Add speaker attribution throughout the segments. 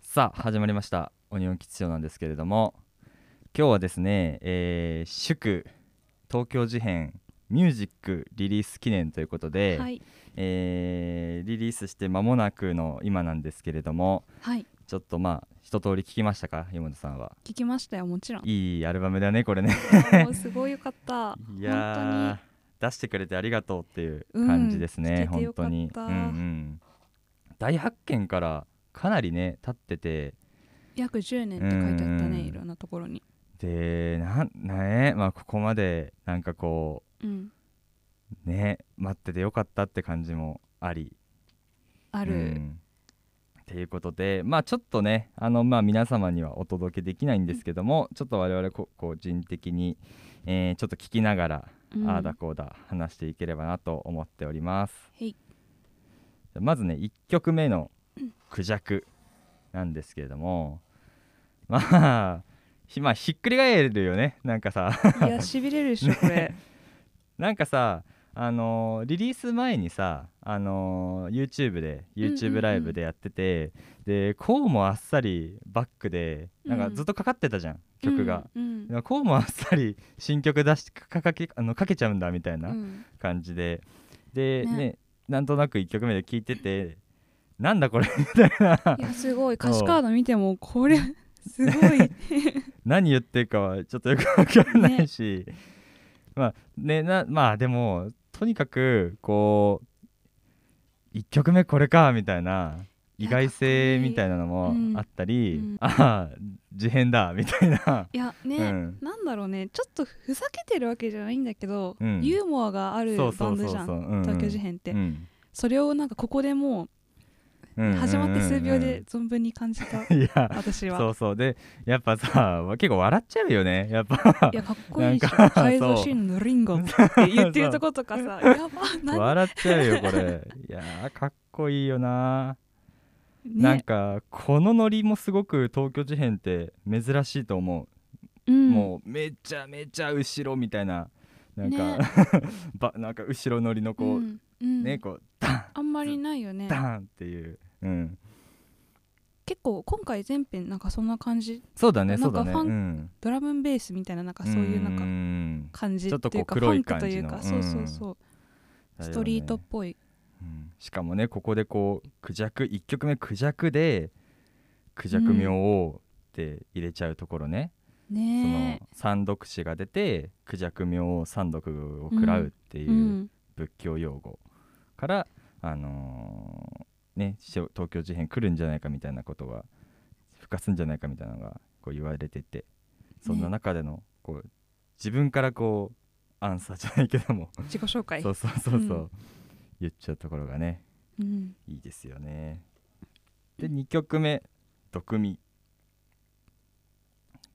Speaker 1: さあ始まりました「オニオン吉祥」なんですけれども今日はですね、えー祝東京事変ミュージックリリース記念ということで、
Speaker 2: はい、
Speaker 1: えーリリースして間もなくの今なんですけれども
Speaker 2: はい、
Speaker 1: ちょっとまあ一通り聞きましたか山田さんは
Speaker 2: 聞きましたよもちろん
Speaker 1: いいアルバムだねこれ ね
Speaker 2: もうすごいよかった
Speaker 1: いやー出してくれてありがとうっていう
Speaker 2: うん
Speaker 1: 感じですね、
Speaker 2: 聞けて
Speaker 1: 本
Speaker 2: よか
Speaker 1: 当
Speaker 2: った
Speaker 1: に、うんうん、大発見からかなりね経ってて
Speaker 2: 約10年って書いてあった
Speaker 1: うんうん
Speaker 2: ねいろんなところに
Speaker 1: でなんねまあここまでなんかこ
Speaker 2: うん
Speaker 1: うね待っててよかったって感じもあり
Speaker 2: あ
Speaker 1: あ
Speaker 2: る、
Speaker 1: っていうことでまあちょっとねあのまあ皆様にはお届けできないんですけども、ちょっと我々こ個人的に、えーちょっと聞きながら、
Speaker 2: うん
Speaker 1: ああだこうだ話していければなと思っております
Speaker 2: はい
Speaker 1: まずね1曲目の「クジャク」なんですけれどもまあひ,、まあ、ひっくり返るよねなんかさ
Speaker 2: いやしびれるでしょこれ、
Speaker 1: なんかさあのーリリース前にさあのー YouTube で
Speaker 2: んうん
Speaker 1: YouTube ライブでやってて、でこうもあっさりバックでなんかずっとかかってたじゃん、 曲が。
Speaker 2: うん
Speaker 1: でもこうもあっさり新曲出してかかけあのかけちゃうんだみたい
Speaker 2: うん
Speaker 1: な
Speaker 2: うん
Speaker 1: 感じで、でね
Speaker 2: ね
Speaker 1: なんとなく1曲目で聴いててなんだこれみたいない
Speaker 2: や すごい歌詞カード見てもこれすごい、
Speaker 1: 何言ってるかはちょっとよくわかんないし、まあねなまあでもとにかくこう1曲目これかみたいない意
Speaker 2: や
Speaker 1: 外性
Speaker 2: かっこいい
Speaker 1: みたいなのも
Speaker 2: うん
Speaker 1: あったり、
Speaker 2: うん
Speaker 1: ああ事変だみたいな、
Speaker 2: いやね、
Speaker 1: うん
Speaker 2: なんだろうねちょっとふざけてるわけじゃないんだけど、
Speaker 1: うん
Speaker 2: ユーモアがある
Speaker 1: そう
Speaker 2: バ
Speaker 1: そう
Speaker 2: ンド
Speaker 1: そう
Speaker 2: じ
Speaker 1: そ
Speaker 2: ゃ
Speaker 1: うんうんうん
Speaker 2: 東京事変って、
Speaker 1: うん
Speaker 2: それをなんかここでも
Speaker 1: うんうんう
Speaker 2: うん
Speaker 1: うん
Speaker 2: 始まって数秒で存分に感じ た、
Speaker 1: いや
Speaker 2: 私は
Speaker 1: そうそうでやっぱさ結構笑っちゃうよねやっぱ
Speaker 2: いやかっこいいし
Speaker 1: なんか
Speaker 2: 改造シーンのリンゴって言ってるとことかさやば何、
Speaker 1: 笑っちゃうよこれいやーかっこいいよななん
Speaker 2: ね
Speaker 1: かこのノリもすごく東京事変って珍しいと思う、
Speaker 2: ん、
Speaker 1: もうめちゃめちゃ後ろみたいななんか、
Speaker 2: ね
Speaker 1: ばなんか後ろ乗りのこう、
Speaker 2: んうん
Speaker 1: ねこうダ
Speaker 2: あんまりないよね
Speaker 1: ンダンっていう、うん、
Speaker 2: 結構今回全編なんかそんな感じ
Speaker 1: そうだね
Speaker 2: な
Speaker 1: そ
Speaker 2: ん
Speaker 1: うだ
Speaker 2: か
Speaker 1: ね
Speaker 2: ファン
Speaker 1: うん
Speaker 2: ドラムベースみたいななんかそういうなん
Speaker 1: う
Speaker 2: か
Speaker 1: ん
Speaker 2: 感じ
Speaker 1: ちょっと
Speaker 2: っ
Speaker 1: こ
Speaker 2: ていううか
Speaker 1: 黒い
Speaker 2: ファンクという
Speaker 1: 感
Speaker 2: か
Speaker 1: じ
Speaker 2: そ
Speaker 1: の
Speaker 2: うそうそう、
Speaker 1: だよね
Speaker 2: ストリートっぽい
Speaker 1: うんしかもねここでこうクジャク1曲目クジャクでクジャク名をって入れちゃうところね、その
Speaker 2: ね
Speaker 1: 三毒師が出てクジャク名を三毒を食らうって
Speaker 2: え
Speaker 1: いう、
Speaker 2: うん
Speaker 1: 仏教用語から、あのーね、し東京事変来るんじゃないかみたいなことがふかすんじゃないかみたいなのがこう言われててそんな中での、こう自分からこうアンサーじゃないけども、
Speaker 2: 自己紹介
Speaker 1: そうそうそうそう、
Speaker 2: う
Speaker 1: 言っちゃうところがね
Speaker 2: うん
Speaker 1: いいですよね。で2曲目「毒味」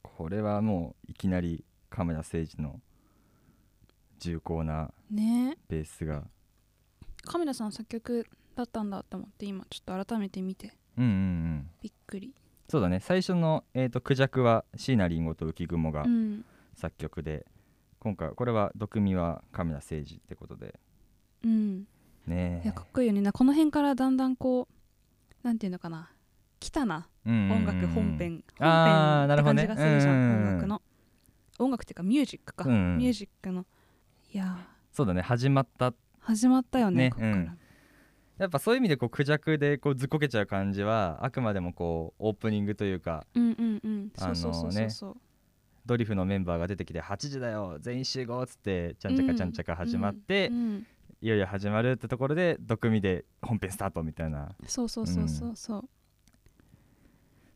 Speaker 1: これはもういきなり亀田誠治の重厚な
Speaker 2: ねえ
Speaker 1: ベースが
Speaker 2: カメラさん作曲だったんだって思って今ちょっと改めて見て
Speaker 1: うんうんうん
Speaker 2: びっくり
Speaker 1: そうだね最初の「えー、とクジャク」は椎名林檎と浮雲が
Speaker 2: うん
Speaker 1: 作曲で、今回これは「毒味」は亀田誠治ってことで
Speaker 2: うん
Speaker 1: ね
Speaker 2: いやかっこいいよねなこの辺からだんだんこうなんていうのかな来たな音
Speaker 1: 音
Speaker 2: 楽本編本
Speaker 1: あー
Speaker 2: 編
Speaker 1: な
Speaker 2: っ
Speaker 1: る
Speaker 2: て
Speaker 1: ほど
Speaker 2: 感
Speaker 1: ね
Speaker 2: じがするじゃん、
Speaker 1: うんうんうん
Speaker 2: 音楽の音楽っていうかミュージックか、
Speaker 1: うん
Speaker 2: ミュージックのいや
Speaker 1: そうだね始まった
Speaker 2: ー始まったよ
Speaker 1: ね
Speaker 2: ねここから、
Speaker 1: うんやっぱそういう意味でこうクジャクでこうずっこけちゃう感じはあくまでもこうオープニングというか
Speaker 2: うんうんうん
Speaker 1: あ
Speaker 2: そ
Speaker 1: の
Speaker 2: う
Speaker 1: ー
Speaker 2: そうそうそうそう、
Speaker 1: ドリフのメンバーが出てきて8時だよ全員集合っつってちゃんちゃかちゃんちゃか始まって、
Speaker 2: うんうん
Speaker 1: いよいよ始まるってところで毒味で本編スタートみたいな
Speaker 2: そうそうそうそうそう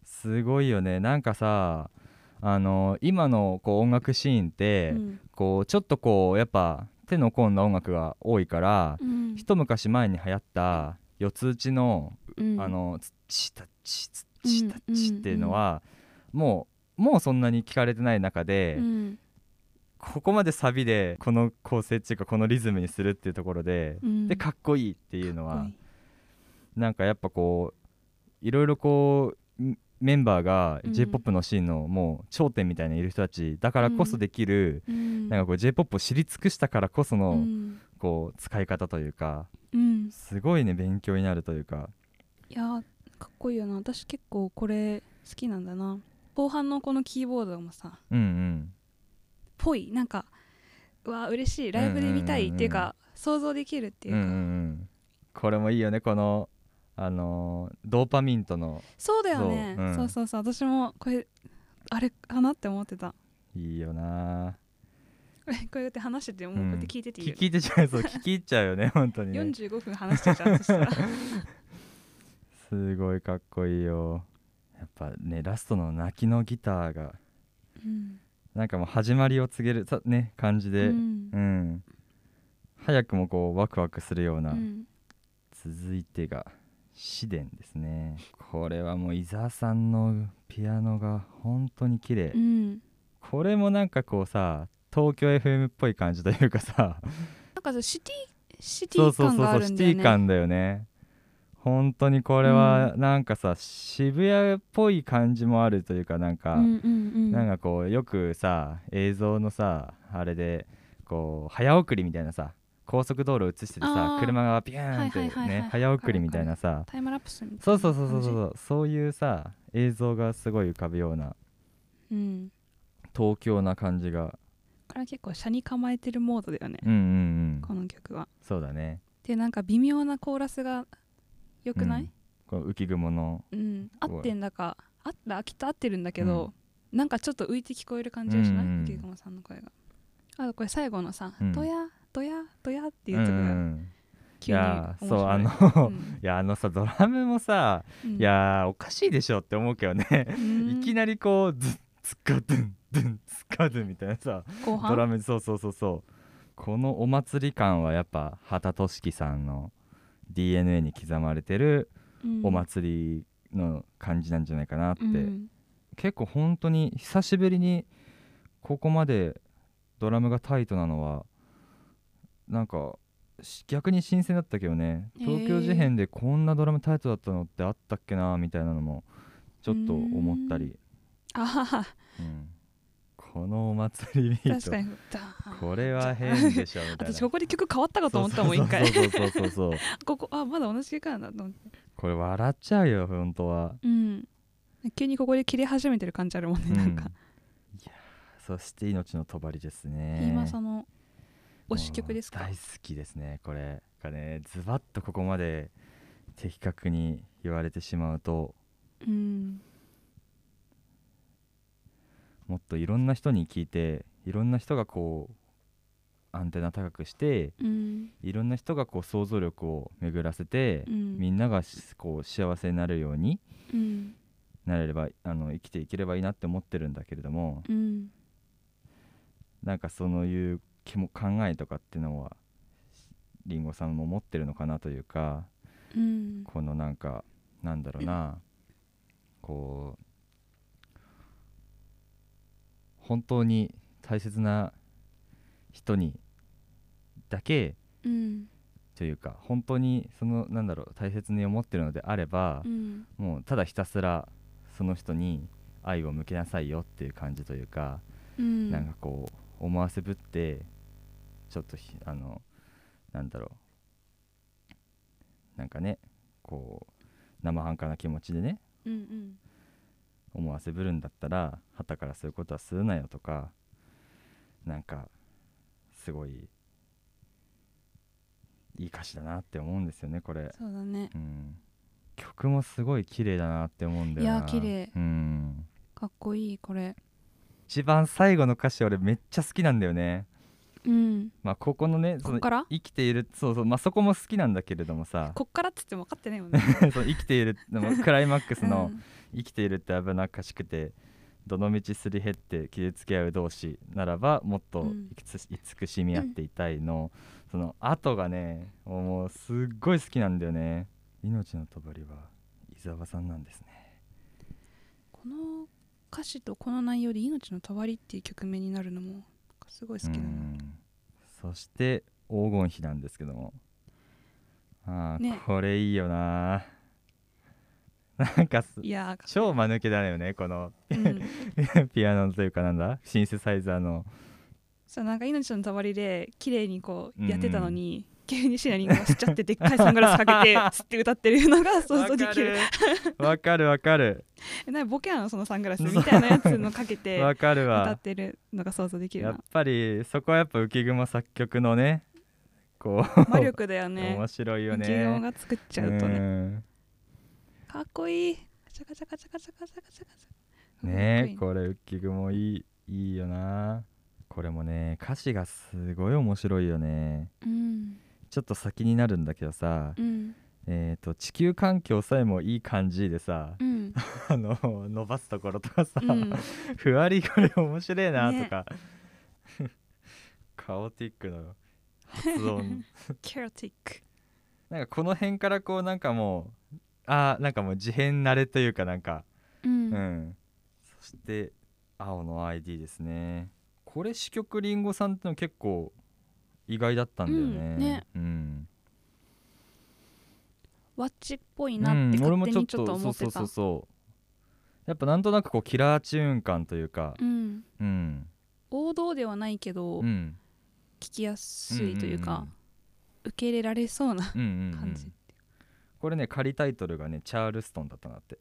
Speaker 1: すごいよねなんかさあの今のこう音楽シーンって、
Speaker 2: うん
Speaker 1: こうちょっとこうやっぱ手の込んだ音楽が多いから、
Speaker 2: うん
Speaker 1: 一昔前に流行った四つ打ちの
Speaker 2: うん
Speaker 1: あの「ツッチタッチツッチタッチ」っていうのは、もうもうそんなに聞かれてない中で、
Speaker 2: うん
Speaker 1: ここまでサビでこの構成っていうかこのリズムにするっていうところで、
Speaker 2: うん
Speaker 1: でかっこいいっていうの
Speaker 2: かっ
Speaker 1: は
Speaker 2: こいい
Speaker 1: なんかやっぱこういろいろこうんメンバーが
Speaker 2: うん
Speaker 1: j p o p のシーンのもう頂点みたいにいる人たちだからこそできる、
Speaker 2: うん
Speaker 1: なんかこう j p o p を知り尽くしたからこそうの
Speaker 2: ん
Speaker 1: こう使い方というか
Speaker 2: うん
Speaker 1: すごいね勉強になるというか
Speaker 2: いやーかっこいいよな私結構これ好きなんだな後半のこのキーボードもさ
Speaker 1: うんうん
Speaker 2: ぽいなんかうわ嬉しいライブで見た
Speaker 1: うんうんうん
Speaker 2: い
Speaker 1: うん
Speaker 2: っていうか、想像できるっていう
Speaker 1: うん
Speaker 2: か、
Speaker 1: うんうんこれもいいよねこのあのードーパミンとの
Speaker 2: そうだよね
Speaker 1: そ
Speaker 2: そうう,、
Speaker 1: うん
Speaker 2: そうそう私もこれあれかなって思ってた
Speaker 1: いいよな
Speaker 2: こうやって話しててもうこうやって聞いてていい
Speaker 1: 聞
Speaker 2: よ、
Speaker 1: き入ってちゃうそう聞き入っちゃうよ ね本当にね
Speaker 2: 45分話して ちゃうとしたら
Speaker 1: すごいかっこいいよやっぱねラストの泣きのギターが
Speaker 2: うん
Speaker 1: なんかもう始まりを告げるさね感じで、
Speaker 2: う
Speaker 1: うん
Speaker 2: ん
Speaker 1: 早くもこうワクワクするような、
Speaker 2: うん
Speaker 1: 続いてが「紫伝」ですねこれはもう伊沢さんのピアノが本当に綺麗、
Speaker 2: うん
Speaker 1: これもなんかこうさ東京 FM っぽい感じというかさ
Speaker 2: なんかそうシティシテ
Speaker 1: そう
Speaker 2: ィ
Speaker 1: そう
Speaker 2: 感
Speaker 1: そう
Speaker 2: が
Speaker 1: そ
Speaker 2: あ
Speaker 1: う
Speaker 2: る
Speaker 1: シ
Speaker 2: ん
Speaker 1: テ
Speaker 2: だよ
Speaker 1: ィ
Speaker 2: ね
Speaker 1: 感だよね本当にこれはなんかさ、渋谷っぽい感じもあるというかなんか、
Speaker 2: うんうんうん
Speaker 1: なんかこうよくさ映像のさあれでこう早送りみたいなさ高速道路映しててさ
Speaker 2: あー
Speaker 1: 車がビューンって
Speaker 2: はいはいはいは
Speaker 1: ね
Speaker 2: い
Speaker 1: 早送りみたいなさ
Speaker 2: タイムラプスみたいな
Speaker 1: そうそうそうそうそ
Speaker 2: 感
Speaker 1: うそういうさ映像がすごい浮かぶような
Speaker 2: じうん
Speaker 1: 東京な感じが
Speaker 2: これは結構車に構えてるモードだよね、
Speaker 1: うんうんう
Speaker 2: こ
Speaker 1: ん
Speaker 2: の曲は
Speaker 1: そうだね
Speaker 2: でなんか微妙なコーラスが良くな
Speaker 1: う
Speaker 2: い
Speaker 1: ん、この浮雲の
Speaker 2: うん
Speaker 1: すごい
Speaker 2: 合ってんだかあったきっと合ってるんだけど、なんかちょっと浮いて聞こえる感じがしな
Speaker 1: う
Speaker 2: い
Speaker 1: んうんうん
Speaker 2: 池雲、さんの声があとこれ最後のさ
Speaker 1: うん
Speaker 2: 「ドヤドヤドヤ」って
Speaker 1: い
Speaker 2: いうとこが
Speaker 1: んい
Speaker 2: 急に面
Speaker 1: やーそうあの
Speaker 2: 白い、 う
Speaker 1: い
Speaker 2: ん
Speaker 1: やあのさドラムもさ
Speaker 2: うん
Speaker 1: いやーおかしいでしょって思うけどね
Speaker 2: うん
Speaker 1: いきなりこうズッツッカドゥンドゥンツッカドゥンみたいなさ
Speaker 2: 後
Speaker 1: ドラ
Speaker 2: 半
Speaker 1: ムそうそうそうそうこのお祭り感はやっぱ畑俊樹さんの DNA に刻まれてる
Speaker 2: うん
Speaker 1: お祭りの感じなんじゃないかなって、
Speaker 2: うん
Speaker 1: 結構本当に久しぶりにここまでドラムがタイトなのはなんかし逆に新鮮だったけどね
Speaker 2: へー
Speaker 1: 東京事変でこんなドラムタイトだったのってあったっけなみたいなのもちょっと思ったり、
Speaker 2: あはは
Speaker 1: うんこのお祭りビー
Speaker 2: 確
Speaker 1: ト
Speaker 2: かにダーン
Speaker 1: これは変でしょみたいな
Speaker 2: 私ここで曲変わったかと思ったもん一回
Speaker 1: そうそうそうそうそうそう
Speaker 2: ここあまだ同じ曲なんだと思って
Speaker 1: これ笑っちゃうよ本当は、
Speaker 2: うん急にここで切れ始めてる感じあるもんね、なん
Speaker 1: う
Speaker 2: か
Speaker 1: んいやーそして命の帳ですね
Speaker 2: 今その推し曲です
Speaker 1: も
Speaker 2: か
Speaker 1: う大好きですねこれがねズバッとここまで的確に言われてしまうと
Speaker 2: うん
Speaker 1: もっといろんな人に聞いていろんな人がこうアンテナ高くして
Speaker 2: うん
Speaker 1: いろんな人がこう想像力を巡らせて、
Speaker 2: うん
Speaker 1: みんながしこう幸せになるように
Speaker 2: うん
Speaker 1: なれればあの生きていければいいなって思ってるんだけれども
Speaker 2: うん
Speaker 1: なんかそういう気も考えとかっていうのはりんごさんも持ってるのかなというか
Speaker 2: うん
Speaker 1: このなんかなんだろうなこう本当に大切な人にだけ
Speaker 2: うん
Speaker 1: というか本当にそのなんだろう大切に思ってるのであれば
Speaker 2: う、ん
Speaker 1: もうただひたすらその人に愛を向けなさいよっていう感じというか、
Speaker 2: うん
Speaker 1: なんかこう思わせぶってちょっとひあのなんだろうなんかねこう生半可な気持ちでね
Speaker 2: うんうん
Speaker 1: 思わせぶるんだったら旗からそういうことはするなよとかなんかすごいいい歌詞だなって思うんですよねこれ、
Speaker 2: そうだね
Speaker 1: うん、曲もすごい綺麗だなって思うんだよない
Speaker 2: いや綺麗
Speaker 1: うん
Speaker 2: かっこいいこれ
Speaker 1: 一番最後の歌詞俺めっちゃ好きなんだよね
Speaker 2: うん
Speaker 1: まあここのねそ
Speaker 2: こ
Speaker 1: の
Speaker 2: っから
Speaker 1: 生きているそうそうまあそこも好きなんだけれどもさ
Speaker 2: こっからっつっても分かってないもんね
Speaker 1: そう生きているでもクライマックスの
Speaker 2: うん
Speaker 1: 「生きているって危なっかしくてどの道すり減って傷つけ合う同士ならばもっと
Speaker 2: うん
Speaker 1: 慈しみ合っていたいの」その後がねもうすっごい好きなんだよね「命のとばり」は伊沢さんなんですね
Speaker 2: この歌詞とこの内容で「命のたわり」っていう曲名になるのもすごい好きだ
Speaker 1: う
Speaker 2: なん
Speaker 1: そして黄金比なんですけどもあー、
Speaker 2: ね
Speaker 1: これいいよななんかす
Speaker 2: いやーか
Speaker 1: 超間抜けだよねこの
Speaker 2: うん
Speaker 1: ピアノというかなんだシンセサイザーの
Speaker 2: そうなんか命のたわりで綺麗にこ
Speaker 1: うんう
Speaker 2: うんやってたのに、急にシナリンが吸っちゃってでっかいサングラスかけて吸って歌ってるのが想像できる
Speaker 1: わかるわかる
Speaker 2: えなんかボケなのそのサングラスみたいなやつのかけて
Speaker 1: わかる
Speaker 2: 歌
Speaker 1: わ
Speaker 2: ってるのが想像できる
Speaker 1: やっ
Speaker 2: な
Speaker 1: ぱりそこはやっぱ浮雲作曲のねこ
Speaker 2: 魔力だよ
Speaker 1: う、
Speaker 2: ね
Speaker 1: 面白いよ
Speaker 2: 浮
Speaker 1: ね
Speaker 2: 雲が作っちゃうとね
Speaker 1: ね
Speaker 2: かっこいいカチャカチャカチャカチャカチャカチャカチャ
Speaker 1: ね
Speaker 2: かっこ
Speaker 1: これ浮雲いいいいよなこれもね歌詞がすごい面白いよね
Speaker 2: いいうん
Speaker 1: ちょっと先になるんだけどさ、
Speaker 2: うん
Speaker 1: えっ、と地球環境さえもいい感じでさ、
Speaker 2: うん
Speaker 1: あの伸ばすところとかさ、
Speaker 2: うん
Speaker 1: ふわりこれ面白えな
Speaker 2: ね
Speaker 1: とか、カオティックの発 音
Speaker 2: キャロティック
Speaker 1: なんかこの辺からこうなんかもうあーなんかもう事変慣れというかなんか
Speaker 2: う
Speaker 1: うん、
Speaker 2: ん
Speaker 1: そして青の ID ですねこれ四曲りんごさんっての結構意外だったんだよね,、
Speaker 2: うんね
Speaker 1: うん
Speaker 2: ワッチっぽいなって
Speaker 1: うん俺
Speaker 2: 勝
Speaker 1: も
Speaker 2: 手
Speaker 1: ちょっ
Speaker 2: にちょ
Speaker 1: と
Speaker 2: っと
Speaker 1: そ
Speaker 2: 思
Speaker 1: う
Speaker 2: っ
Speaker 1: そ
Speaker 2: て
Speaker 1: う
Speaker 2: た
Speaker 1: そうそうやっぱなんとなくこうキラーチューン感というか
Speaker 2: うん
Speaker 1: うん、
Speaker 2: 王道ではないけど
Speaker 1: うん、
Speaker 2: 聞きやすいというか受け入れられそうな
Speaker 1: うんうんうん
Speaker 2: 感じ
Speaker 1: これね仮タイトルがねチャールストンだったなって、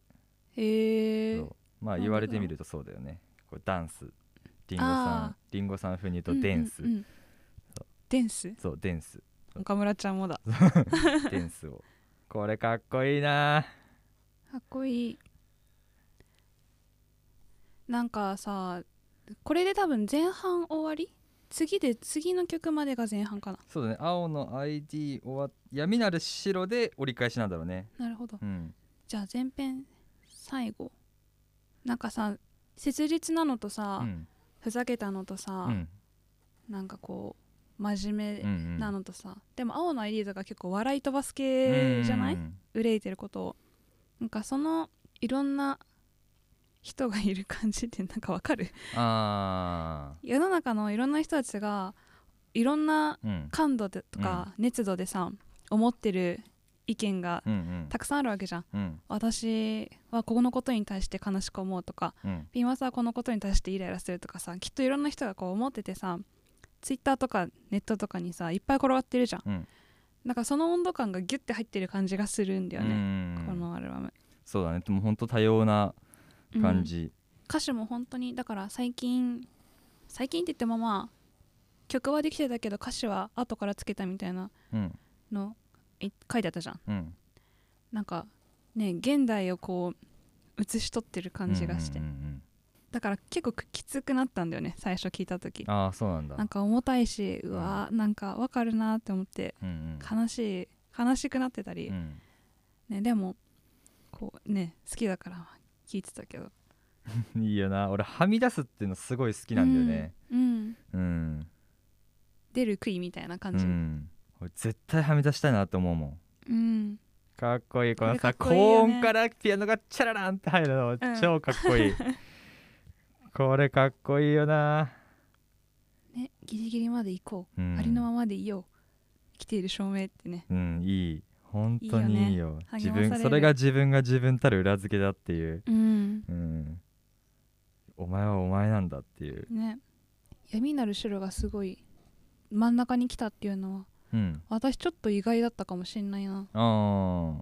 Speaker 2: へえ
Speaker 1: そうまあ
Speaker 2: なんでだろう
Speaker 1: 言われてみるとそうだよねこうダンスリンゴさん
Speaker 2: あ
Speaker 1: リンゴさん風に言うとデンス、
Speaker 2: うんうんうんデンス
Speaker 1: そうデン ス
Speaker 2: 岡村ちゃんもだ
Speaker 1: デンスをこれかっこいいな
Speaker 2: かっこいいなんかさこれで多分前半終わり次で次の曲までが前半かな
Speaker 1: そうだね青の ID 終わ闇なる白で折り返しなんだろうね
Speaker 2: なるほど
Speaker 1: うん
Speaker 2: じゃあ前編最後なんかさ切実なのと
Speaker 1: う
Speaker 2: さ、
Speaker 1: ん
Speaker 2: ふざけたのと
Speaker 1: う
Speaker 2: さ、
Speaker 1: ん
Speaker 2: なんかこう真
Speaker 1: うん
Speaker 2: 面
Speaker 1: う
Speaker 2: 目
Speaker 1: ん
Speaker 2: なのとさ、でも青のアイリーザが結構笑い飛ばす系じゃない、
Speaker 1: うん
Speaker 2: 憂いてることをなんかそのいろんな人がいる感じって なんかわかる
Speaker 1: あ
Speaker 2: 世の中のいろんな人たちがいろんな
Speaker 1: ーうん
Speaker 2: 感度でとか熱度でさ、思ってる意見が
Speaker 1: うんうん
Speaker 2: たくさんあるわけじゃん
Speaker 1: うん
Speaker 2: 私はここのことに対して悲しく思うとか
Speaker 1: うん
Speaker 2: ピンマスはこのことに対してイライラするとかさきっといろんな人がこう思っててさツイッターとかネットとかにさいっぱい転がってるじゃん
Speaker 1: うん
Speaker 2: なんかその温度感がギュッて入ってる感じがするんだよ
Speaker 1: う
Speaker 2: ね、
Speaker 1: ん
Speaker 2: このアルバム
Speaker 1: そうだねでも本当多様な感じ、
Speaker 2: 歌詞も本当にだから最近最近って言ってもまあ曲はできてたけど歌詞は後からつけたみたいな
Speaker 1: うん
Speaker 2: のい書いてあったじゃん
Speaker 1: うん、
Speaker 2: なんかね現代をこう写し取ってる感じがして、
Speaker 1: うんうんうん
Speaker 2: だから結構きつくなったんだよね最初聞いた時
Speaker 1: うんああそうなんだ
Speaker 2: なんか重たいしうわーなんかわかるなって思って
Speaker 1: うん
Speaker 2: 悲しい悲しくなってた
Speaker 1: う
Speaker 2: り、
Speaker 1: んうん
Speaker 2: ね、でもこうね好きだから聞いてたけど
Speaker 1: いいよな俺はみ出すっていうのすごい好きなんだよね
Speaker 2: うん、うん
Speaker 1: うん、
Speaker 2: 出る杭みたいな
Speaker 1: う
Speaker 2: 感じ、
Speaker 1: ん、俺絶対はみ出したいなと思うもん
Speaker 2: うん
Speaker 1: かっこいいこの
Speaker 2: これ
Speaker 1: さ
Speaker 2: かっこいいよ
Speaker 1: 高
Speaker 2: ね
Speaker 1: 音からピアノがチャラランって入るの、
Speaker 2: ん
Speaker 1: 超かっこ いいこれかっこいいよな、
Speaker 2: ね、ギリギリまで行こ
Speaker 1: う
Speaker 2: う、
Speaker 1: ん、
Speaker 2: ありのままでいよう生きている証明ってね
Speaker 1: うんいい本当にいいよ
Speaker 2: いい
Speaker 1: 自
Speaker 2: よね励まされ
Speaker 1: 分
Speaker 2: る
Speaker 1: それが自分が自分たる裏付けだっていう、
Speaker 2: うん
Speaker 1: うん、お前はお前なんだっていう、
Speaker 2: ね闇なる白がすごい真ん中に来たっていうのは
Speaker 1: うん、
Speaker 2: 私ちょっと意外だったかもしんないな
Speaker 1: あ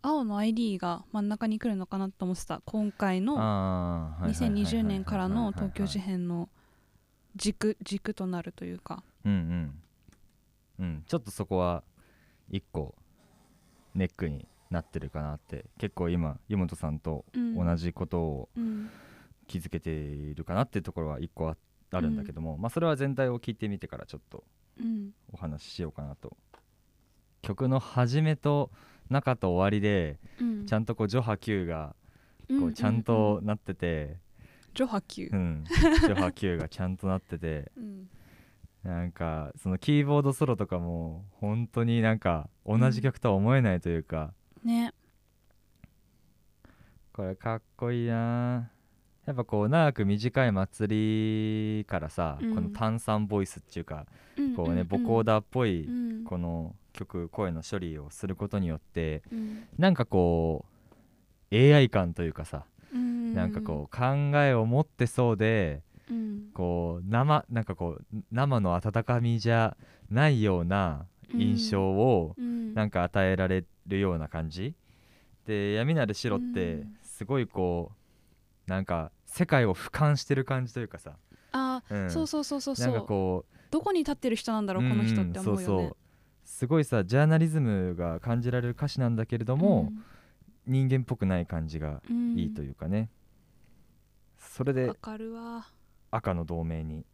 Speaker 1: あ
Speaker 2: 青の ID が真ん中に来るのかなと思ってた今回の
Speaker 1: ああ
Speaker 2: 2020年からの東京事
Speaker 1: 変
Speaker 2: 変の軸軸となるというか
Speaker 1: うんうんうんちょっとそこは一個ネックになってるかなって結構今湯本さんと同
Speaker 2: じ、
Speaker 1: じことを
Speaker 2: うん
Speaker 1: 気づけているかなっていうところは一個ああるんだけども、まあそれは全体を聞いてみてからちょっと
Speaker 2: うん
Speaker 1: お話ししようかなと曲の始めと中と終わりで
Speaker 2: うん、
Speaker 1: ちゃんとこう序波球がこうちゃんとなってて、
Speaker 2: ジョハ級
Speaker 1: うん 序波球がちゃんとなってて
Speaker 2: うん
Speaker 1: なんかそのキーボードソロとかも本当になんか同じ曲とは思えないというか、
Speaker 2: ね
Speaker 1: これかっこいいなやっぱこう長く短い祭りからさ、
Speaker 2: うん
Speaker 1: この炭酸ボイスっていうかこうねボコー
Speaker 2: だ、
Speaker 1: ダーっぽい
Speaker 2: うん
Speaker 1: この曲声の処理をすることによって
Speaker 2: うん
Speaker 1: なんかこう AI 感というかさ
Speaker 2: うん、
Speaker 1: なんかこう考えを持ってそうで
Speaker 2: うん
Speaker 1: こう生なんかこう生の温かみじゃないような印象を
Speaker 2: うん
Speaker 1: なんか与えられるような感じで闇なる白っ
Speaker 2: う
Speaker 1: て
Speaker 2: ん
Speaker 1: すごいこうなんか世界を俯瞰してる感じというかさ、
Speaker 2: あ
Speaker 1: うん
Speaker 2: そうそうそうそうそ
Speaker 1: なんか
Speaker 2: う
Speaker 1: こう
Speaker 2: どこに立ってる人なんだろうこの人って思うよ
Speaker 1: ん
Speaker 2: ね、
Speaker 1: んそうそうすごいさジャーナリズムが感じられる歌詞なんだけれども、人間っぽくない感じが
Speaker 2: うん、
Speaker 1: いいと
Speaker 2: い
Speaker 1: いうかね、それで
Speaker 2: わかるわ
Speaker 1: 赤の同盟に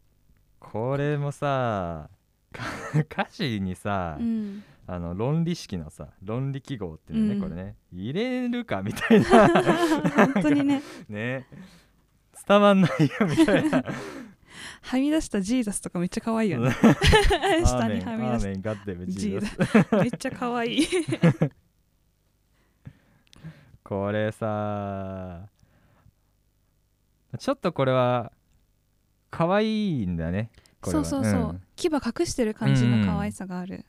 Speaker 1: これもさか歌詞にさ、
Speaker 2: うん
Speaker 1: あの論理式のさ論理記号っていうのね、
Speaker 2: うん
Speaker 1: これね入れるかみたいな
Speaker 2: 本当にね
Speaker 1: ね伝わん ないよみたいな
Speaker 2: はみ出したジーザスとかめっちゃ可愛いよね
Speaker 1: ア
Speaker 2: 下
Speaker 1: ーメ
Speaker 2: に
Speaker 1: ン
Speaker 2: はみ
Speaker 1: ア
Speaker 2: 出
Speaker 1: ー
Speaker 2: し
Speaker 1: メンガッデム
Speaker 2: た
Speaker 1: ジ
Speaker 2: ジ
Speaker 1: ー
Speaker 2: ー
Speaker 1: ザ
Speaker 2: ザ
Speaker 1: ス
Speaker 2: ス めっちゃ可愛い
Speaker 1: これさちょっとこれは可愛いんだねこれ
Speaker 2: そ
Speaker 1: は
Speaker 2: うそうそう、
Speaker 1: ん
Speaker 2: 牙隠してる感じの可愛さがある、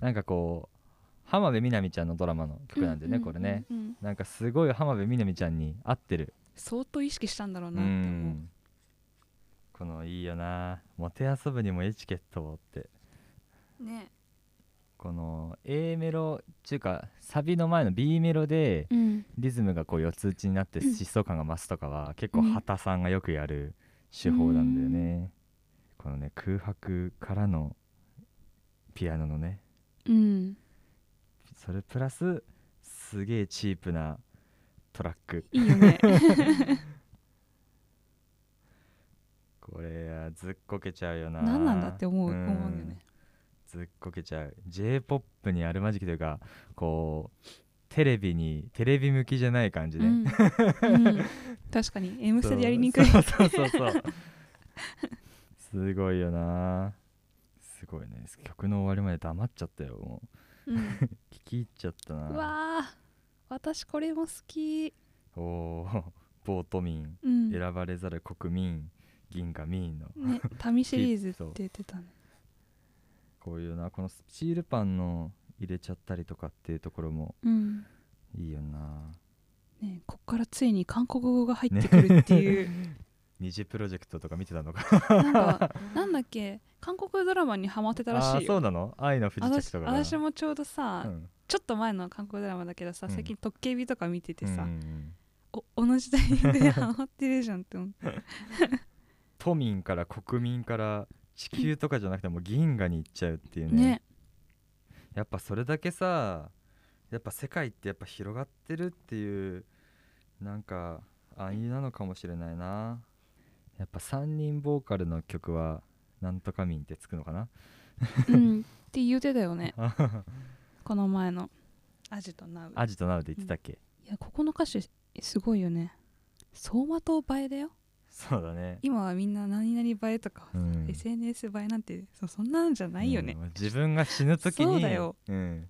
Speaker 1: なんかこう浜辺美波ちゃんのドラマの曲なんだよね、
Speaker 2: う
Speaker 1: これね、
Speaker 2: うんうん
Speaker 1: なんかすごい浜辺美波ちゃんに合ってる
Speaker 2: 相当意識したんだろう
Speaker 1: う
Speaker 2: なって思うん
Speaker 1: このいいよなモテ遊ぶにもエチケットをって
Speaker 2: ね
Speaker 1: この A メロっていうかサビの前の B メロで
Speaker 2: うん
Speaker 1: リズムがこう四つ打ちになって疾走感が増すとかは結構畑さんがよくやる手法なんだよね、このね空白からのピアノのね
Speaker 2: うん
Speaker 1: それプラスすげえチープなトラック
Speaker 2: いい よね
Speaker 1: これはずっこけちゃうよな
Speaker 2: 何なんだって思う
Speaker 1: うん
Speaker 2: 思うよね
Speaker 1: ずっこけちゃう j p o p にあるまじきというかこうテレビにテレビ向きじゃない感じ
Speaker 2: う
Speaker 1: ね、
Speaker 2: ん、うん確かに「M ステ」でやりにく い
Speaker 1: そうそうそうそうそうすごいよなすごいね曲の終わりまで黙っちゃったよもう
Speaker 2: うん
Speaker 1: 聞き入っちゃった
Speaker 2: う
Speaker 1: な
Speaker 2: わー私これも好き、
Speaker 1: おおボート民
Speaker 2: うんね、
Speaker 1: 選ばれざる国民銀河民の
Speaker 2: 民シリーズって言っ てたね
Speaker 1: こういうなこのスチールパンの入れちゃったりとかっていうところも
Speaker 2: うん
Speaker 1: いいよな
Speaker 2: ねこっからついに韓国語が入ってくるっていう、
Speaker 1: 二次プロジェクトとか見てたのか
Speaker 2: なんかなんだっけ韓国ドラマにハマってたら
Speaker 1: あ
Speaker 2: し
Speaker 1: ー
Speaker 2: い
Speaker 1: そう
Speaker 2: よ
Speaker 1: なの愛の不時着
Speaker 2: 私
Speaker 1: とかが
Speaker 2: 私もちょうどさ、
Speaker 1: うん
Speaker 2: ちょっと前の韓国ドラマだけどさ
Speaker 1: うん
Speaker 2: 最近「特警日」とか見ててさ、
Speaker 1: うんうんうん
Speaker 2: お同じタイミングでハマってるじゃんって思って
Speaker 1: 都民から国民から地球とかじゃなくてもう銀河に行っちゃうっていうね
Speaker 2: ね
Speaker 1: やっぱそれだけさやっぱ世界ってやっぱ広がってるっていうなんか安易なのかもしれないなやっぱ3人ボーカルの曲はなんとか民ってつくのかな
Speaker 2: うんって言うてたよ ねこの前の「アジとナウ」
Speaker 1: アジとナウで言ってたっけ、
Speaker 2: いやここの歌手すごいよね走馬灯映えだよ
Speaker 1: そうだね、
Speaker 2: 今はみんな何々映えとか、
Speaker 1: うん
Speaker 2: SNS 映えなんてそそんなんじゃないよね
Speaker 1: うん、自分が死ぬ時に
Speaker 2: そうだよ
Speaker 1: うん、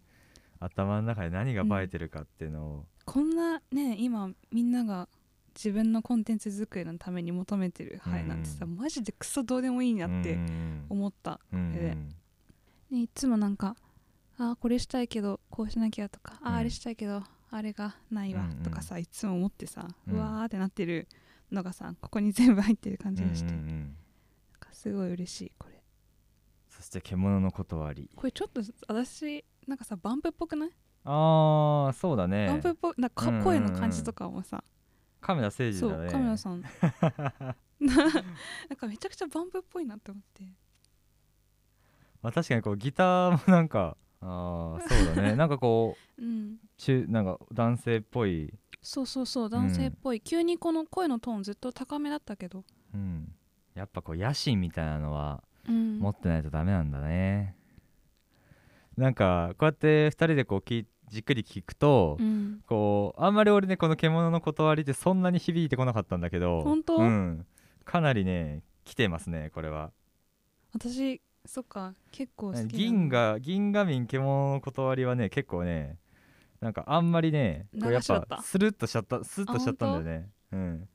Speaker 1: 頭の中で何が映えてるかっていうのを、
Speaker 2: こんなね今みんなが自分のコンテンツ作りのために求めてる
Speaker 1: うん
Speaker 2: はいなんてさ、マジでクソどうでもいいなっ
Speaker 1: う
Speaker 2: て
Speaker 1: ん
Speaker 2: 思った、
Speaker 1: うん
Speaker 2: れでね、いつもなんかああこれしたいけどこうしなきゃとかあ
Speaker 1: うん
Speaker 2: ーあれしたいけどあれがないわ
Speaker 1: うんうん
Speaker 2: とかさ、いつも思ってさ、
Speaker 1: う
Speaker 2: うんわーってなってるのがさここに全部入ってる感じがして、
Speaker 1: うんうんうん
Speaker 2: なんかすごい嬉しいこれ
Speaker 1: そして獣のことわり
Speaker 2: これちょっと私なんかさバンプっぽくない、
Speaker 1: ああそうだ
Speaker 2: バ
Speaker 1: ね
Speaker 2: ンプっぽなんか
Speaker 1: うんうんう
Speaker 2: か
Speaker 1: ん
Speaker 2: 声の感じとかもさ、
Speaker 1: 亀田誠治
Speaker 2: そ
Speaker 1: だ
Speaker 2: う
Speaker 1: ね
Speaker 2: カメ ラさんなんかめちゃくちゃバンプっぽいなって思って
Speaker 1: まあ、確かにこうギターもなんかああそう だねなんかこう
Speaker 2: うん
Speaker 1: 中なんか男性っぽい、
Speaker 2: そうそうそう男性っぽい、急にこの声のトーンずっと高めだったけど、
Speaker 1: うん、やっぱこう野心みたいなのは
Speaker 2: うん
Speaker 1: 持ってないとダメなんだね、なんかこうやって2人でこうきじっくり聞くと、
Speaker 2: うん
Speaker 1: こうあんまり俺ねこの「獣の断り」ってそんなに響いてこなかったんだけど
Speaker 2: 本当
Speaker 1: うん、かなりね来てますねこれは
Speaker 2: 私そっか結構好きなの
Speaker 1: 銀河銀河民獣の断りはね結構ねなんかあんまりねこうや
Speaker 2: 流
Speaker 1: っ
Speaker 2: しだった
Speaker 1: ぱスルッとしちゃったスッとしちゃったんだよ
Speaker 2: あ
Speaker 1: ねうん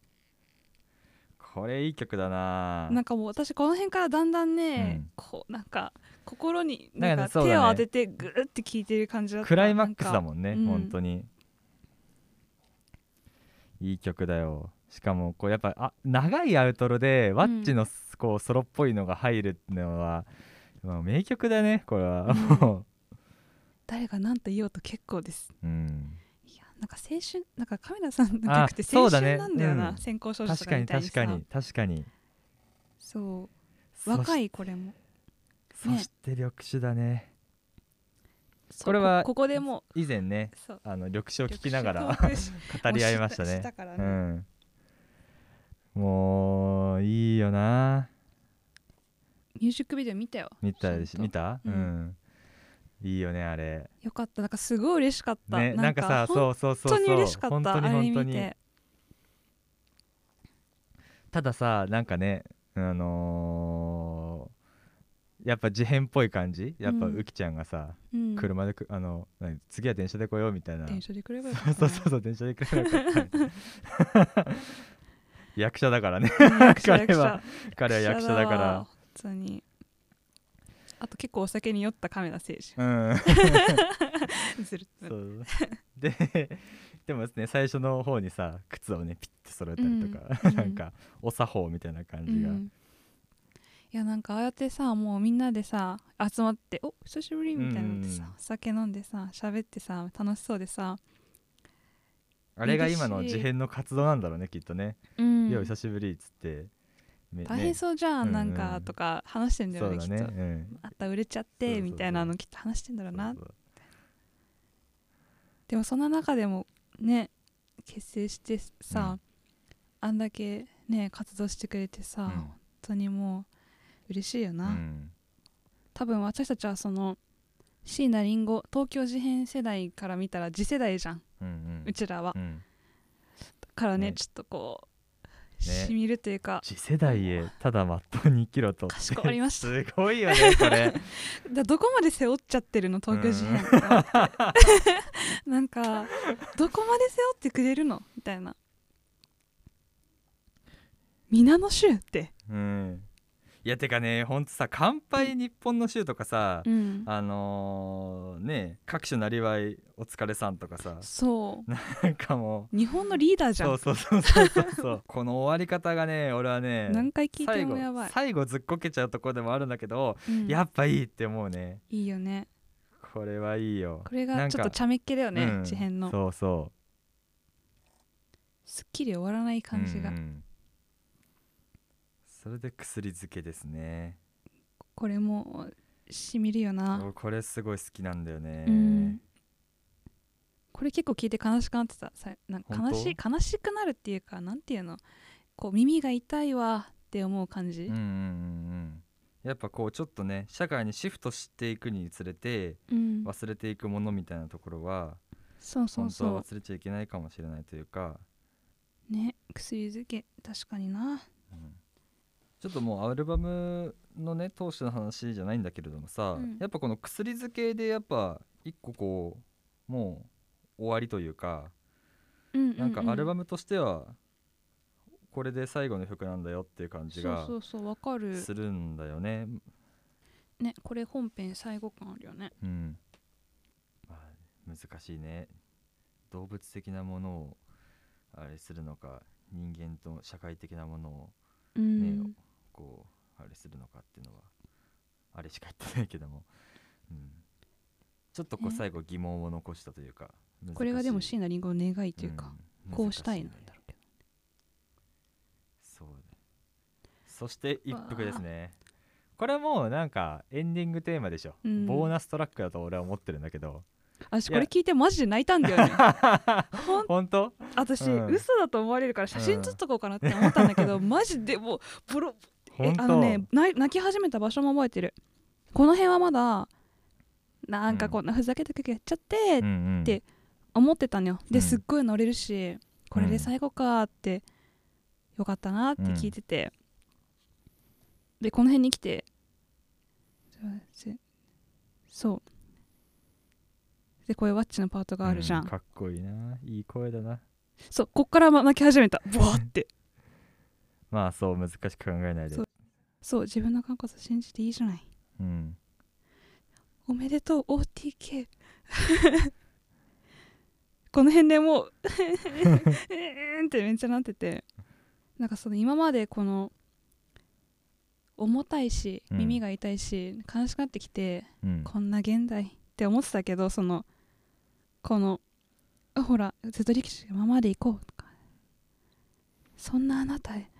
Speaker 1: これいい曲だな
Speaker 2: なんかもう私この辺からだんだんね、
Speaker 1: うん
Speaker 2: こうなんか心に
Speaker 1: なん
Speaker 2: な
Speaker 1: かね
Speaker 2: んか
Speaker 1: そうだね
Speaker 2: 手を当ててぐるって聞いてる感じだった
Speaker 1: クライマックスだ
Speaker 2: ん
Speaker 1: もんね
Speaker 2: なんか
Speaker 1: 本当にいい曲だよしかもこうやっぱあ長いアウトロでワッチのこうソロっぽいのが入るのは、まあ名曲だねこれはも
Speaker 2: 誰が何と言おうと結構です
Speaker 1: う、うん、
Speaker 2: いやなんか青春なんか亀田さんの
Speaker 1: あ
Speaker 2: 曲って
Speaker 1: そ
Speaker 2: 青
Speaker 1: うだ
Speaker 2: 春
Speaker 1: ね
Speaker 2: なんだよな
Speaker 1: うん
Speaker 2: 先行少女と
Speaker 1: 確
Speaker 2: か
Speaker 1: か
Speaker 2: み
Speaker 1: に
Speaker 2: たいに
Speaker 1: 確か
Speaker 2: さ
Speaker 1: に確かに
Speaker 2: そう
Speaker 1: そ
Speaker 2: 若
Speaker 1: し
Speaker 2: いこれも
Speaker 1: そして緑酒だね
Speaker 2: そう
Speaker 1: これは
Speaker 2: ここでも
Speaker 1: 以前ね
Speaker 2: うそう
Speaker 1: あの緑酒を聞きながら
Speaker 2: 緑酒トーク
Speaker 1: 語り合いました
Speaker 2: もう
Speaker 1: ね
Speaker 2: たから
Speaker 1: う
Speaker 2: ね
Speaker 1: ん、もういいよな
Speaker 2: ミュージックビデオ見たよ
Speaker 1: 見たでし
Speaker 2: ちゃんと
Speaker 1: 見た、う
Speaker 2: う
Speaker 1: んんいいよねあれ
Speaker 2: よかったなんかすごい嬉しかった、
Speaker 1: ねなんかさ
Speaker 2: 本
Speaker 1: そうそうそうそ
Speaker 2: 当
Speaker 1: う
Speaker 2: に嬉しかった
Speaker 1: 本当に
Speaker 2: あれ
Speaker 1: 本当
Speaker 2: 見
Speaker 1: に
Speaker 2: て
Speaker 1: たださなんかねあのーやっぱ事変っぽい感じやっぱ
Speaker 2: うん
Speaker 1: ウキちゃんがさ、
Speaker 2: うん
Speaker 1: 車でくあの何次は電車で来ようみたいな
Speaker 2: 電車で来ればよか
Speaker 1: そうそうそう電車で来ればよかった役者だから ね
Speaker 2: 役者
Speaker 1: 彼は
Speaker 2: 役者
Speaker 1: 彼は役者だから
Speaker 2: わ普通にあと結構お酒に酔った亀田誠
Speaker 1: うん
Speaker 2: 治ずるっと
Speaker 1: そうででもね最初の方にさ靴をねピッて揃えたりとか、
Speaker 2: うん
Speaker 1: なんかお作法みたいな感じが、
Speaker 2: うんいやなんかああやってさもうみんなでさ集まって「お久しぶり」みたいなのってさ、
Speaker 1: うんうん
Speaker 2: お酒飲んでさ喋ってさ楽しそうでさ、
Speaker 1: あれが今の
Speaker 2: いいです
Speaker 1: 事
Speaker 2: し
Speaker 1: 変の活動なんだろうねきっとね「よう久しぶり」っつってめ
Speaker 2: 大変
Speaker 1: ね
Speaker 2: そうじゃん、
Speaker 1: うんうん
Speaker 2: なんかとか話してんだ
Speaker 1: そ
Speaker 2: よ
Speaker 1: う
Speaker 2: ね
Speaker 1: だ
Speaker 2: きっ
Speaker 1: ね
Speaker 2: と、
Speaker 1: うん
Speaker 2: あった売れちゃっ
Speaker 1: そうそう
Speaker 2: て
Speaker 1: そう
Speaker 2: みたいなのきっと話してんだろうな
Speaker 1: そうそう
Speaker 2: でもそんな中でもね結成してさ、
Speaker 1: うん
Speaker 2: あんだけね活動してくれてさ、
Speaker 1: うん
Speaker 2: 本当にもう嬉しいよな、
Speaker 1: うん
Speaker 2: 多分私たちはその椎名林檎東京事変世代から見たら次世代じゃん
Speaker 1: うんうん
Speaker 2: うちらは、
Speaker 1: うん
Speaker 2: からね
Speaker 1: ね
Speaker 2: ちょっとこう、
Speaker 1: ね
Speaker 2: しみるというか
Speaker 1: 次世代へただまっとうに生きろと
Speaker 2: かしこまりました
Speaker 1: すごいよねこれ
Speaker 2: だどこまで背負っちゃってるの東京事変、 なんかどこまで背負ってくれるのみたいな皆の衆って、
Speaker 1: うんいやてかねほんとさ「乾杯日本の週」とかさ、
Speaker 2: うん、
Speaker 1: あのー、ね各種なりわいお疲れさんとかさ
Speaker 2: そ
Speaker 1: なんかも
Speaker 2: う日本のリーダー
Speaker 1: う
Speaker 2: じゃん
Speaker 1: そうそうそうそうそうそうこの終わり方がね俺はね
Speaker 2: 何回聞いて
Speaker 1: 最
Speaker 2: も
Speaker 1: 後
Speaker 2: やばい、
Speaker 1: 最後ずっこけちゃうとこでもあるんだけど、
Speaker 2: うん
Speaker 1: やっぱいいって思うね
Speaker 2: いいよね
Speaker 1: これはいいよ
Speaker 2: これ
Speaker 1: な
Speaker 2: が
Speaker 1: んか
Speaker 2: ちょっと茶目っ気だよね、
Speaker 1: うん
Speaker 2: 事変の
Speaker 1: そうそう
Speaker 2: すっきり終わらない感じが、
Speaker 1: うんうんそれで薬漬けですね
Speaker 2: これもしみるよな、
Speaker 1: 俺これすごい好きなんだよね、
Speaker 2: うんこれ結構聞いて悲しくなってたさなんか
Speaker 1: 本
Speaker 2: 悲
Speaker 1: 当
Speaker 2: しい悲しくなるっていうかなんていうのこう耳が痛いわって思う感じ
Speaker 1: うんうんうんうんやっぱこうちょっとね社会にシフトしていくにつれて
Speaker 2: うん、
Speaker 1: 忘れていくものみたいなところは
Speaker 2: そうそ
Speaker 1: 本
Speaker 2: う
Speaker 1: 当は
Speaker 2: そ
Speaker 1: 忘れちゃいけないかもしれないというか、
Speaker 2: うね薬漬け確かにな
Speaker 1: うんちょっともうアルバムのね当初の話じゃないんだけれどもさ、
Speaker 2: うん
Speaker 1: やっぱこの薬漬けでやっぱ一個こうもう終わりというか
Speaker 2: うんう
Speaker 1: なんかアルバ
Speaker 2: ム
Speaker 1: ムとしてはこれで最後の曲なんだよっていう感じが
Speaker 2: そうそうそうわかる
Speaker 1: するんだよね。
Speaker 2: ねこれ本編最後感あるよね
Speaker 1: うんまあ、難しいね動物的なものをあれするのか人間と社会的なものを
Speaker 2: うん、
Speaker 1: ねこうあれするのかっていうのはあれしか言ってないけども、うん、ちょっとこう
Speaker 2: ね
Speaker 1: 最後疑問を残したというか難しい
Speaker 2: これがでも椎名林檎の願いというか、、
Speaker 1: ん
Speaker 2: こうしたいな
Speaker 1: 難し
Speaker 2: ん
Speaker 1: ね
Speaker 2: だろうけど
Speaker 1: そうねそして一服ですねこれはもうなんかエンディングテーマでしょ、
Speaker 2: うん
Speaker 1: ボーナストラックだと俺は思ってるんだけど
Speaker 2: 私
Speaker 1: い
Speaker 2: こ
Speaker 1: や
Speaker 2: れ聞いてマジで泣いたんだよ ねほん
Speaker 1: 本当
Speaker 2: 私、
Speaker 1: うん
Speaker 2: 嘘だと思われるから写真撮っとこうかなって思ったんだけど、 マジでもうボロえ
Speaker 1: 本当
Speaker 2: あのねない泣き始めた場所も覚えてるこの辺はまだなんかこんなふざけた曲やっちゃって
Speaker 1: うんうん
Speaker 2: って思ってたのよ、
Speaker 1: う
Speaker 2: で
Speaker 1: ん
Speaker 2: すっごい乗れるしこれで最後かってよかったなって聞いてて、でこの辺に来てそうそうでこういうワッチのパートがあるじゃん、
Speaker 1: うかっこいいないい声だな
Speaker 2: そうこっから泣き始めたボワって
Speaker 1: まあそう難しく考えないで
Speaker 2: そうそう自分の感覚信じていいじゃない
Speaker 1: うん
Speaker 2: おめでとう OTK この辺でもうえーんってめっちゃなっててなんかその今までこの重たいし
Speaker 1: うん
Speaker 2: 耳が痛いし、悲しくなってきて
Speaker 1: うん
Speaker 2: こんな現代って思ってたけどそのこのあほら瀬戸力士がままで行こうとかそんなあなたへ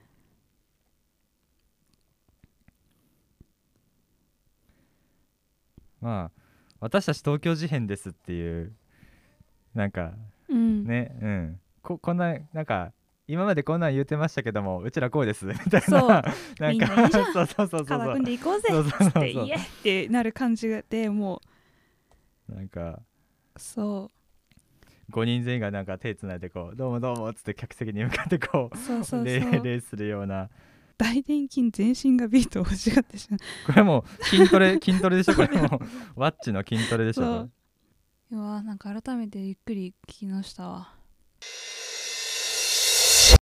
Speaker 1: まあ私たち東京事変ですっていうなんか
Speaker 2: うん、
Speaker 1: ねうんここんななんか今までこんなん言ってましたけどもうちらこうです みたいな
Speaker 2: そう
Speaker 1: なん
Speaker 2: みん
Speaker 1: か
Speaker 2: ないいじゃ ん
Speaker 1: そうそうそうそう
Speaker 2: 肩
Speaker 1: そ
Speaker 2: 組んでいこうぜ
Speaker 1: そう
Speaker 2: っ
Speaker 1: そうそう
Speaker 2: つって「イエッ!」ってなる感じでも
Speaker 1: うなんか
Speaker 2: うそう
Speaker 1: 5人全員がなんか手つないでこう「どうもどうも」っつって客席に向かってこう
Speaker 2: そうそう
Speaker 1: 礼
Speaker 2: そう
Speaker 1: 礼するような
Speaker 2: 大臀筋全身がビートを欲しがってしまう
Speaker 1: これもう筋トレ筋トレでしょこれ もうワッチの筋トレでし
Speaker 2: そ
Speaker 1: ょ
Speaker 2: ううわなんか改めてゆっくり聞きましたわ